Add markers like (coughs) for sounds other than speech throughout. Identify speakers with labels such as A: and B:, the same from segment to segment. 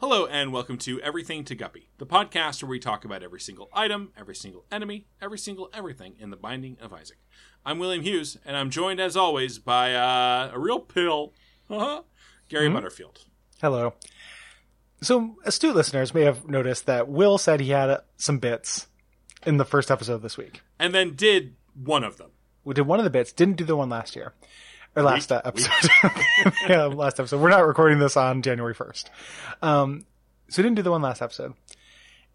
A: Hello, and welcome to Everything to Guppy, the podcast where we talk about every single item, every single enemy, every single everything in the Binding of Isaac. I'm William Hughes, and I'm joined, as always, by uh, a real pill, Uh-huh. Gary Butterfield.
B: Hello. So, astute listeners may have noticed that Will said he had uh, some bits in the first episode this week.
A: And then did one of them. (laughs)
B: We did one of the bits, didn't do the one last year. Or last uh, episode. (laughs) yeah, last episode. We're not recording this on January 1st. Um, so, we didn't do the one last episode.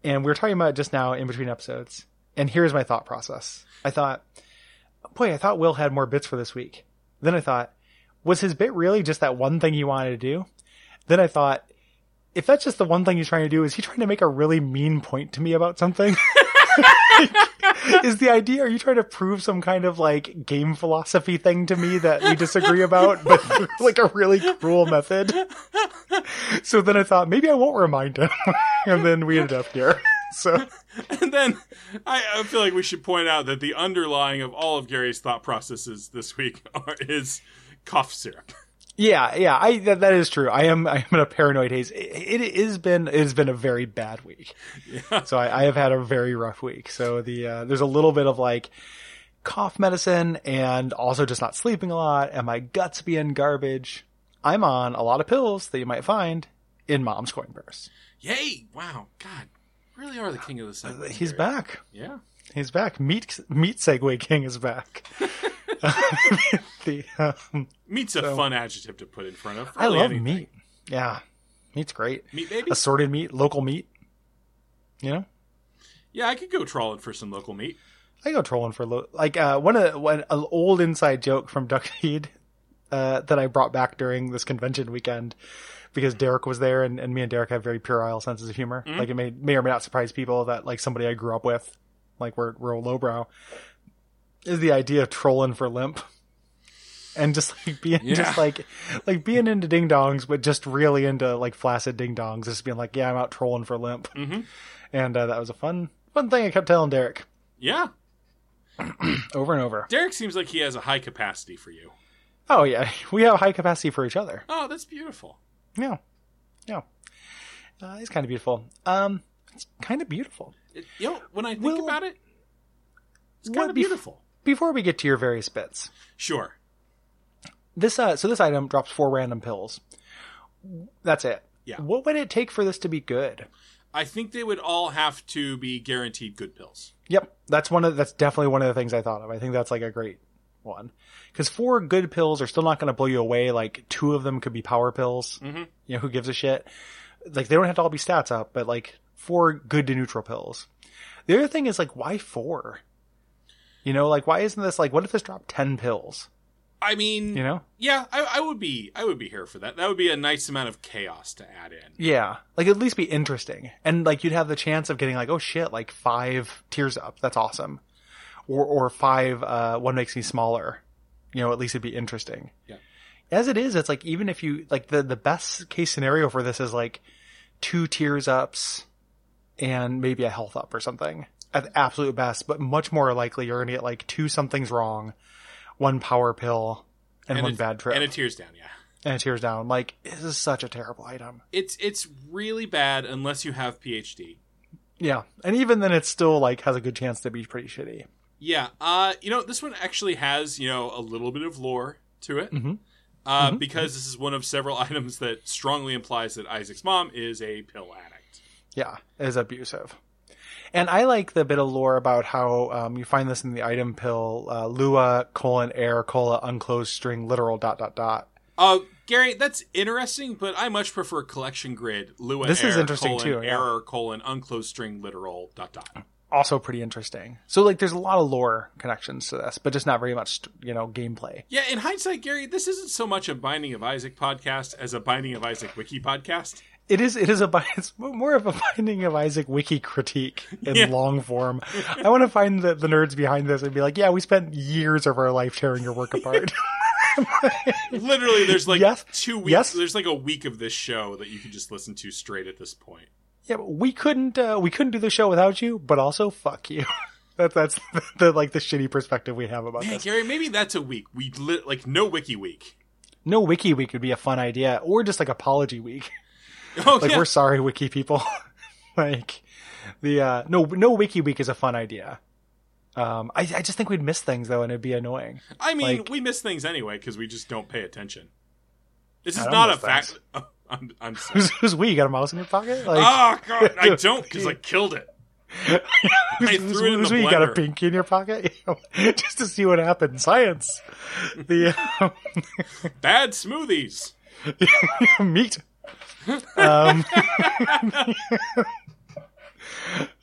B: And we were talking about it just now in between episodes. And here's my thought process I thought, boy, I thought Will had more bits for this week. Then I thought, was his bit really just that one thing he wanted to do? Then I thought, if that's just the one thing he's trying to do, is he trying to make a really mean point to me about something? is the idea, are you trying to prove some kind of like game philosophy thing to me that we disagree about, but (laughs) through, like a really cruel method? So then I thought, maybe I won't remind him. (laughs) and then we ended up here. So
A: And then I, I feel like we should point out that the underlying of all of Gary's thought processes this week (laughs) are, is cough syrup.
B: yeah, yeah, I, that, that is true. I am, I am in a paranoid haze. It, it has been, it has been a very bad week.
A: Yeah.
B: So I, I have had a very rough week. So the uh, there's a little bit of like cough medicine and also just not sleeping a lot and my guts being garbage. I'm on a lot of pills that you might find in mom's coin purse.
A: Yay! Wow, God, you really are the king of the segment.
B: Uh, He's
A: Gary.
B: back.
A: Yeah.
B: He's back. Meat meat Segway King is back.
A: (laughs)
B: (laughs) the, um,
A: Meat's a fun adjective to put in front of.
B: I
A: really
B: love
A: anything.
B: meat. Yeah, meat's great.
A: Meat baby?
B: Assorted meat, local meat. You know.
A: Yeah, I could go trawling for some local meat.
B: I go trolling for lo- like uh, one of one an old inside joke from (laughs) Duckfeed uh, that I brought back during this convention weekend because Derek was there and, and me and Derek have very puerile senses of humor. Like it may may or may not surprise people that like somebody I grew up with, like we're we're lowbrow, is the idea of trolling for limp. (laughs) And just like being
A: Yeah.
B: just like like being into ding dongs, but just really into like flaccid ding dongs, just being like, Yeah, I'm out trolling for limp.
A: Mhm.
B: And uh, that was a fun fun thing I kept telling Derek
A: Yeah,
B: over and over.
A: Derek seems like he has a high capacity for you.
B: Oh yeah, (laughs) we have high capacity for each other.
A: Oh, that's beautiful.
B: Yeah, yeah. Uh, it's kind of beautiful. Um, it's kind of beautiful.
A: It, you know, when I think
B: Well,
A: about it, it's
B: what
A: kind of
B: bef-
A: beautiful.
B: Before we get to your various bits,
A: Sure.
B: this uh, so this item drops four random pills. That's it.
A: Yeah.
B: What would it take for this to be good?
A: I think they would all have to be guaranteed good pills.
B: Yep, that's one of that's definitely one of the things I thought of. I think that's like a great one because four good pills are still not going to blow you away. Like two of them could be power pills. Mm-hmm. You know who gives a shit? Like they don't have to all be stats up, but like four good to neutral pills. The other thing is like why four? You know, like why isn't this like what if this dropped ten pills?
A: I mean,
B: You know?
A: yeah, I, I would be, I would be here for that. That would be a nice amount of chaos to add in.
B: Yeah, like at least be interesting, and like you'd have the chance of getting like, oh shit, like five tears up. That's awesome, or or five. Uh, one makes me smaller. You know, at least it'd be interesting.
A: Yeah.
B: As it is, it's like even if you like the the best case scenario for this is like two tears ups, and maybe a health up or something at the absolute best. But much more likely, you're gonna get like two something's wrong, one power pill, and, one
A: it-
B: bad trip,
A: And it tears down. Yeah.
B: and a tears down. Like this is such a terrible item.
A: It's it's really bad unless you have PhD.
B: Yeah, and even then, it still like has a good chance to be pretty shitty.
A: Yeah, uh, you know, this one actually has you know a little bit of lore to it,
B: Mhm.
A: Uh, because this is one of several (laughs) items that strongly implies that Isaac's mom is a pill addict.
B: Yeah, it is abusive. And I like the bit of lore about how um, you find this in the item pill: uh, Lua colon air cola unclosed string literal dot dot dot.
A: Uh, Gary, that's interesting, but I much prefer collection grid. Lua
B: This is
A: error,
B: interesting,
A: colon,
B: too, yeah.
A: Error colon unclosed string literal dot dot.
B: Also pretty interesting. So like, there's a lot of lore connections to this, but just not very much, you know, gameplay.
A: Yeah, in hindsight, Gary, this isn't so much a Binding of Isaac podcast as a Binding of Isaac wiki podcast.
B: It is it is a bi- (laughs) it's more of a Binding of Isaac wiki critique in
A: Yeah.
B: long form. I want to find the, the nerds behind this and be like, yeah, we spent years of our life tearing your work apart.
A: Literally, there's like
B: (laughs) Yes.
A: two weeks.
B: Yes.
A: There's like a week of this show that you can just listen to straight at this point.
B: Yeah, but we couldn't uh, we couldn't do the show without you, but also fuck you. (laughs) that, that's the, the like the shitty perspective we have about
A: Man,
B: this.
A: Gary, maybe that's a week. We li- like no wiki week. (laughs)
B: No wiki week (laughs) would be a fun idea, or just like apology week.
A: Oh,
B: like
A: yeah.
B: we're sorry, wiki people. (laughs) like the uh, no no wiki week is a fun idea. Um, I, I just think we'd miss things though, and it'd be annoying. (laughs)
A: I mean,
B: like-
A: we miss things anyway because we just don't pay attention. This
B: I
A: is
B: don't
A: not a
B: miss
A: fact. Oh, (laughs) I'm,
B: (laughs)
A: I'm sorry.
B: Who's, who's we? You got a mouse in your pocket? Like,
A: oh god, I don't because
B: (laughs)
A: I killed it. I
B: who's,
A: threw it in
B: who's
A: the
B: we? You got a
A: blender.
B: pinky in your pocket? (laughs) just to see what happens. Science. The (laughs) um,
A: Bad smoothies.
B: (laughs) meat. Um, (laughs)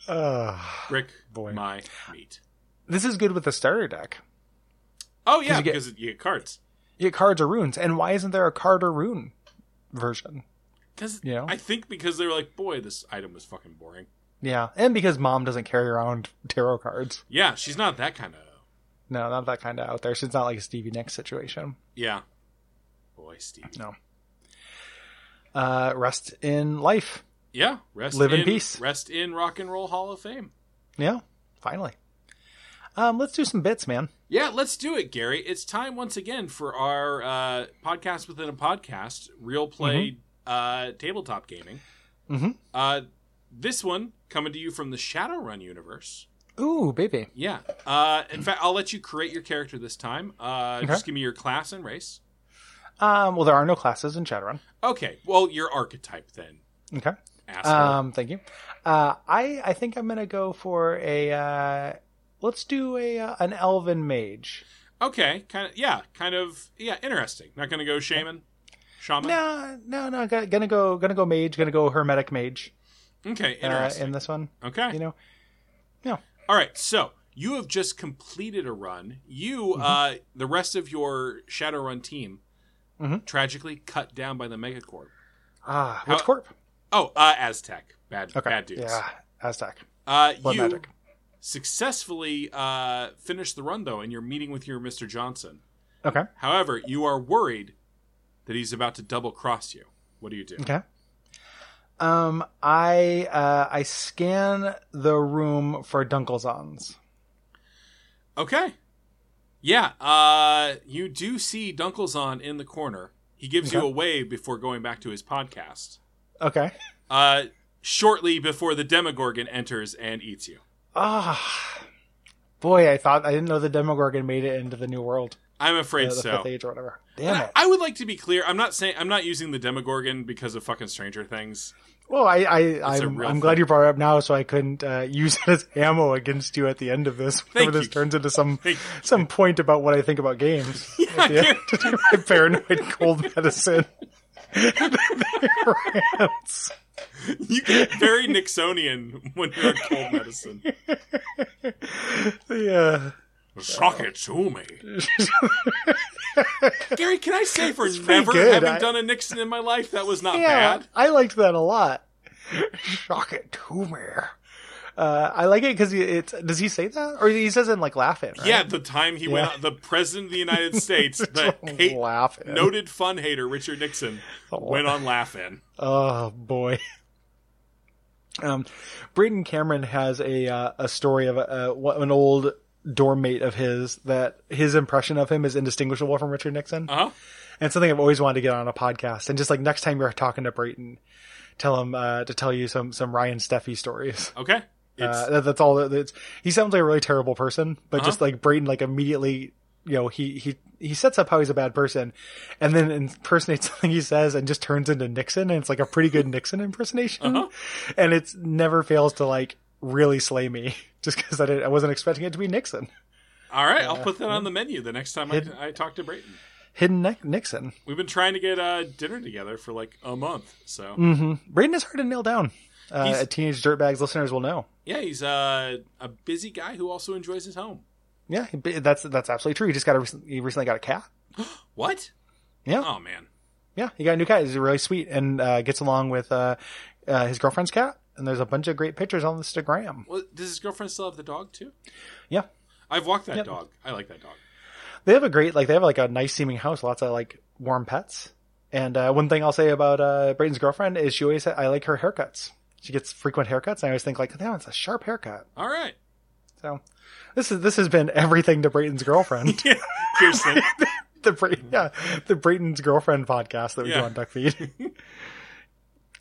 B: uh,
A: Brick
B: Boy.
A: my meat.
B: this is good with the starter deck.
A: Oh yeah,
B: you get-
A: because you get cards.
B: You get cards or runes, and why isn't there a card or rune version?
A: Because
B: You know?
A: I think because they were like, boy, this item was fucking boring.
B: Yeah, and because mom doesn't carry around tarot cards.
A: Yeah, she's not that kind of.
B: No, not that kind of out there. So it's not like a Stevie Nicks situation.
A: Yeah. Boy, Steve.
B: Uh, rest in life.
A: Yeah. Rest
B: Live in
A: in,
B: peace.
A: Rest in Rock and Roll Hall of Fame.
B: Yeah, finally. Um, let's do some bits, man.
A: Yeah, let's do it, Gary. It's time once again for our uh, podcast within a podcast, real play
B: Mm-hmm.
A: uh, tabletop gaming.
B: Mhm.
A: Uh, this one coming to you from the Shadowrun universe.
B: Ooh, baby.
A: Yeah. Uh, in fact, I'll let you create your character this time. Uh,
B: Okay.
A: Just give me your class and race.
B: Um, well, there are no classes in Shadowrun.
A: Okay. Well, your archetype then.
B: Okay.
A: Asshole.
B: Um, thank you. Uh, I I think I'm gonna go for a. Uh, let's do a uh, an elven mage.
A: okay. Kind of. Yeah. Kind of. Yeah. Interesting. Not going to go shaman. Shaman.
B: No, no, no. go- Gonna go, gonna go mage. Gonna go hermetic mage.
A: Okay.
B: Uh,
A: Interesting.
B: in this one,
A: okay.
B: you know.
A: All right, so you have just completed a run. You,
B: Mm-hmm.
A: uh, the rest of your Shadowrun team,
B: Mhm.
A: tragically cut down by the Megacorp.
B: Ah, which
A: How-
B: corp?
A: Oh, uh, Aztec, bad,
B: Okay.
A: bad dudes.
B: Yeah, Aztec.
A: Uh,
B: Blood
A: you
B: magic.
A: successfully uh, finished the run though, and you're meeting with your Mister Johnson.
B: Okay.
A: However, you are worried that he's about to double cross you. What do you
B: (laughs)
A: do?
B: Okay. Um, I uh, I scan the room for Dunkelzons.
A: Okay. Yeah, uh, you do see Dunkelzon in the corner. He gives you
B: Okay.
A: a wave before going back to his podcast.
B: Okay.
A: uh, shortly before the Demogorgon enters and eats you.
B: Ah, boy, I thought I didn't know the Demogorgon made it into the New World,
A: I'm
B: uh,
A: afraid
B: the
A: so.
B: Fifth Age or whatever.
A: (laughs)
B: Damn
A: I
B: it!
A: I would like to be clear. I'm not saying I'm not using the Demogorgon because of fucking Stranger Things.
B: (laughs) Well, I, I
A: a
B: I'm,
A: real
B: I'm
A: thing.
B: glad you brought it up now, so I couldn't uh, (laughs) use it as ammo against you at the end of this. Whenever this
A: you.
B: turns into some
A: Thank
B: some point about what I think
A: (laughs)
B: about games. at the end, to do (laughs) my paranoid cold medicine. (laughs) rants.
A: You get very Nixonian when you're on cold
B: (laughs)
A: medicine.
B: The, uh,
A: Suck it to
B: (laughs)
A: me, Gary. Can I say for
B: pretty
A: never
B: good.
A: having
B: I-
A: done a Nixon in my life, that was not
B: yeah,
A: bad.
B: I liked that a lot. Shock it to me. Uh, I like it because it's. Does he say that, or he says it in, like laughing? Right?
A: Yeah, the time he went
B: Yeah.
A: out, the president of the
B: (laughs)
A: United States, the hate,
B: laughing. (laughs)
A: noted fun hater Richard Nixon, went on laughing.
B: Oh boy. Um, Braden Cameron has a uh, a story of a, a, an old dorm mate of his that his impression of him is indistinguishable from Richard Nixon.
A: Uh huh.
B: and something I've always wanted to get on a podcast. And just like next time you're talking to Brayton, tell him uh, to tell you some some Ryan Steffi stories.
A: Okay. It's,
B: Uh, that, that's all. That, that's he sounds like a really terrible person, but just
A: Uh-huh.
B: like Brayton, like immediately, you know, he he he sets up how he's a bad person, and then impersonates (laughs) something he says, and just turns into Nixon, and it's like a pretty good
A: (laughs)
B: Nixon impersonation,
A: Uh-huh.
B: and it's never fails to like really slay me (laughs) just because I, didn't- I wasn't expecting it to be Nixon,
A: All right,
B: Uh,
A: I'll put that on the menu the next time I,
B: hidden-
A: I talk to Brayton.
B: hidden Nic- Nixon.
A: We've been trying to get uh, dinner together for like a month, so
B: hmm Braden is hard to nail down. Uh,
A: He's-
B: teenage dirtbags listeners will know.
A: yeah, he's uh, a busy guy who also enjoys his home.
B: Yeah, he- that's that's absolutely true. He just got a recent, he recently got a cat.
A: What?
B: Yeah.
A: Oh man.
B: Yeah, he got a new cat. He's really sweet and uh, gets along with uh, uh, his girlfriend's cat. And there's a bunch of great pictures on Instagram.
A: Well, does his girlfriend still have the dog too?
B: Yeah,
A: I've walked that
B: Yep.
A: dog. I like that dog.
B: they have a great like they have like a nice seeming house. Lots of like warm pets. And uh, one thing I'll say about uh, Brayden's girlfriend is she always ha- I like her haircuts. She gets frequent haircuts, and I always think like, "Damn, it's a sharp haircut."
A: All right,
B: So this is this has been everything to Brayden's girlfriend. (laughs)
A: Kirsten.
B: the Bra- yeah, the Brayton's girlfriend podcast that we (laughs)
A: Yeah.
B: do on Duckfeed.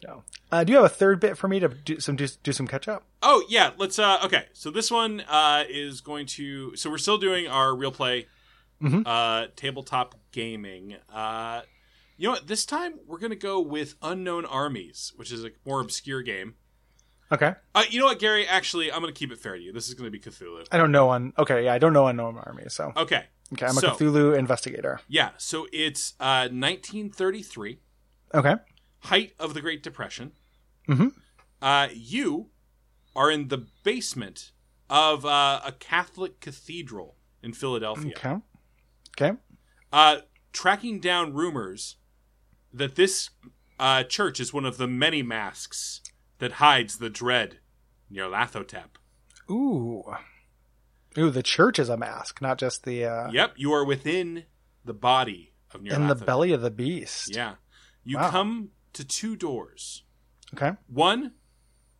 B: No. Uh, do you have a third bit for me to do some do, do some catch up?
A: Oh yeah, let's. Uh, okay, so this one uh, is going to. So we're still doing our real play,
B: Mhm.
A: uh, tabletop gaming. Uh, you know what? This time we're gonna go with Unknown Armies, which is a more obscure game.
B: Okay.
A: Uh, you know what, Gary? Actually, I'm gonna keep it fair to you. This is gonna be Cthulhu.
B: I don't know on. Okay, yeah, I don't know on Norman Army. So
A: Okay,
B: okay, I'm a
A: so-
B: Cthulhu investigator.
A: yeah. So it's uh, 1933,
B: Okay.
A: height of the Great Depression.
B: Mhm.
A: Uh, you are in the basement of uh, a Catholic cathedral in Philadelphia.
B: Okay. Okay.
A: uh, tracking down rumors that this uh, church is one of the many masks that hides the dread near Lathotep.
B: Ooh. Ooh, the church is a mask, not just the uh,
A: yep, you are within the body of near
B: in the
A: Lathotep.
B: belly of the beast.
A: Yeah, you
B: Wow.
A: come to two doors.
B: Okay.
A: One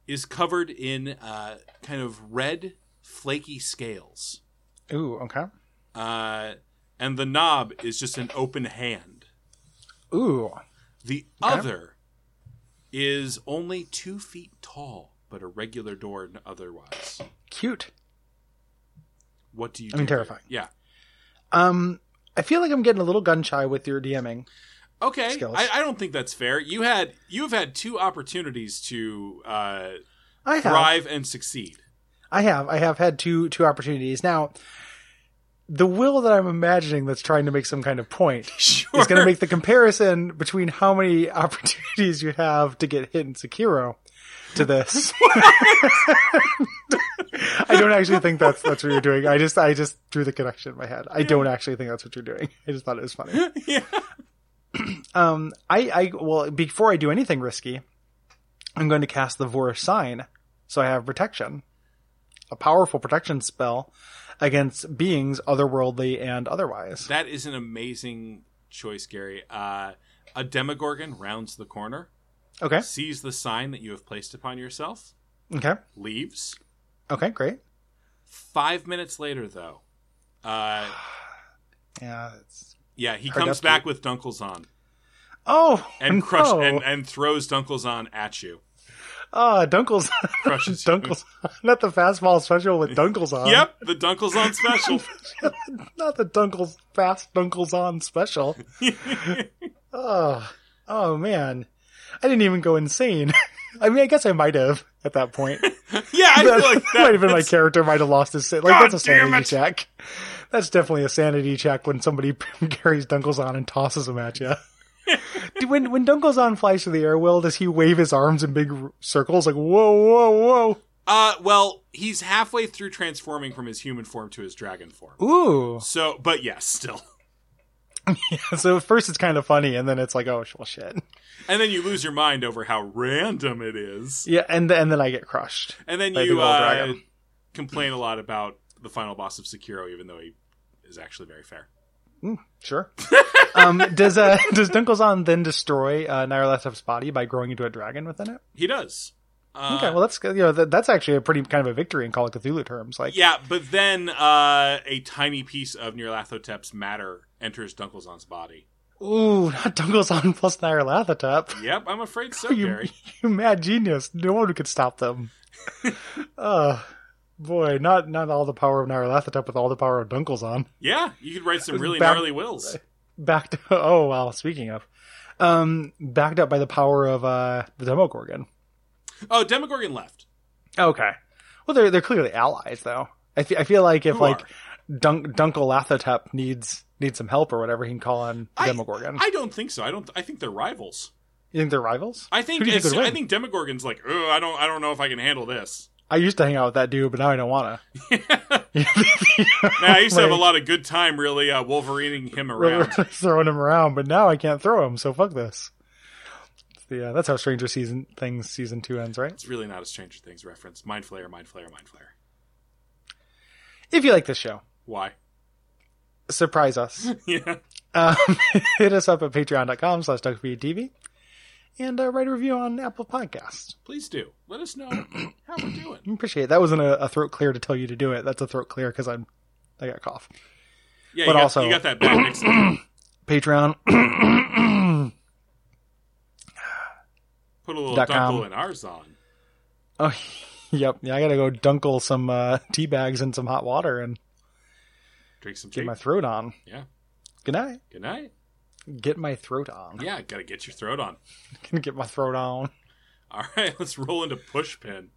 A: is covered in uh, kind of red, flaky scales,
B: Ooh. Okay.
A: uh, and the knob is just an open hand.
B: Ooh.
A: The
B: Okay.
A: other is only two feet tall, but a regular door and otherwise.
B: Cute.
A: What do you?
B: I mean,
A: do?
B: terrifying.
A: Yeah.
B: Um, I feel like I'm getting a little gun shy with your DMing.
A: Okay.
B: Skills.
A: I, I don't think that's fair. You had you've had two opportunities to uh,
B: I have.
A: thrive and succeed. (laughs)
B: I have. I have had two two opportunities. Now, the will that I'm imagining that's trying to make some kind of point
A: Sure.
B: (laughs) is going to make the comparison between how many (laughs) opportunities you have to get hit in Sekiro to this. I don't actually think that's that's what you're doing. I just I just drew the connection in my head. I don't actually think that's what you're doing. I just thought it was funny.
A: (laughs) yeah.
B: Um, I, I, well, before I do anything risky, I'm going to cast the Vorish Sign, so I have protection, a powerful protection spell against beings otherworldly and otherwise.
A: That is an amazing choice, Gary. Uh, a Demogorgon rounds the corner,
B: Okay,
A: sees the sign that you have placed upon yourself,
B: okay,
A: leaves.
B: okay, great.
A: Five minutes later, though, uh,
B: Yeah. It's...
A: yeah, he
B: Hard
A: comes
B: update.
A: back with Dunkles on.
B: Oh,
A: and crush
B: no.
A: and, and throws Dunkles on at you.
B: ah, Dunkles, (laughs)
A: Crushes you.
B: Dunkles,
A: (laughs)
B: not the fastball special with Dunkles on.
A: Yep, the Dunkles on special.
B: not the Dunkles fast Dunkles on special. Oh, oh man, I didn't even go insane. (laughs) I mean, I guess I might have at that point.
A: yeah, (laughs) I feel like that.
B: (laughs) might have been my
A: it's-
B: character might have lost his sa- like
A: God
B: that's a
A: damn
B: sanity
A: it.
B: check. That's definitely a sanity check when somebody (laughs) carries Dunkles on and tosses him at you.
A: (laughs)
B: Do- when when Dunkles on flies through the air, will does he wave his arms in big r- circles like whoa whoa whoa?
A: Uh, well, he's halfway through transforming from his human form to his dragon form.
B: Ooh!
A: So, but yes, still.
B: (laughs) So at first it's kind of funny, and then it's like oh sh- well shit.
A: And then you lose your mind over how random it is,
B: Yeah, and th- and then I get crushed.
A: and then
B: By the
A: you
B: old
A: uh,
B: dragon.
A: complain a lot about the final boss of Sekiro, even though he is actually very fair.
B: Sure. (laughs) um, does (laughs) uh, does Dunkles on then destroy uh, Nyarlathotep's body by growing into a dragon within it?
A: He does. Uh,
B: Okay, well that's good. you know that, that's actually a pretty kind of a victory in Call of Cthulhu terms. Like
A: Yeah, but then uh, a tiny piece of Nyarlathotep's matter enters Dunkelzon's body.
B: Ooh, not Dungles on (laughs) plus Nyarlathotep.
A: Yep, I'm afraid so,
B: You-
A: Gary.
B: (laughs) You mad genius. No one could stop
A: (laughs)
B: them. uh, boy, not not all the power of Nyarlathotep with all the power of Dunkles on.
A: Yeah, you could write some really
B: Back-
A: gnarly wills.
B: Backed (laughs) oh well, speaking of. Um backed up by the power of uh the Demogorgon.
A: Oh, Demogorgon left.
B: Okay. Well they're they're clearly allies though. I fe- I feel like if
A: Who
B: like
A: are?
B: Dunk Dunkalathotep needs needs some help or whatever, he can call on the
A: I-
B: Demogorgon.
A: I don't think so. I don't. I think they're rivals.
B: you think they're rivals?
A: I think.
B: Who do you think
A: it's-
B: would win?
A: I think Demogorgon's like, oh, I don't. I don't know if I can handle this.
B: I used to hang out with that dude, but now I don't wanna.
A: Now I used to have a
B: Like-
A: lot of good time, really, uh, Wolverining him
B: We're (laughs)
A: around.
B: throwing him around, but now I can't throw him, so fuck this. Yeah, that's how Stranger Season things season two ends, right?
A: it's really not a Stranger Things reference. Mind Flayer, Mind Flayer, Mind Flayer.
B: If you like this show,
A: Why? (laughs)
B: surprise us.
A: yeah.
B: Um, (laughs) hit us up at patreon.com slash duckfeedtv and uh, write a review on Apple Podcasts.
A: Please do. Let us know how we're doing.
B: I appreciate it. That wasn't a, a throat clear to tell you to do it. That's a throat clear because I'm I got a cough.
A: Yeah, you
B: But
A: got,
B: also-
A: you got that back next
B: (coughs)
A: time.
B: Patreon.
A: Put a little
B: Dot com.
A: Dunkel and ours on.
B: Oh, (coughs) yep. Yeah, I gotta go dunkle some uh, tea bags in some hot water and
A: Drink some
B: get
A: tea.
B: my throat on.
A: Yeah.
B: Good night.
A: Good night.
B: Get my throat on. (laughs)
A: Yeah, gotta get your throat on.
B: Can get my throat on.
A: (laughs) All right, let's roll into pushpin.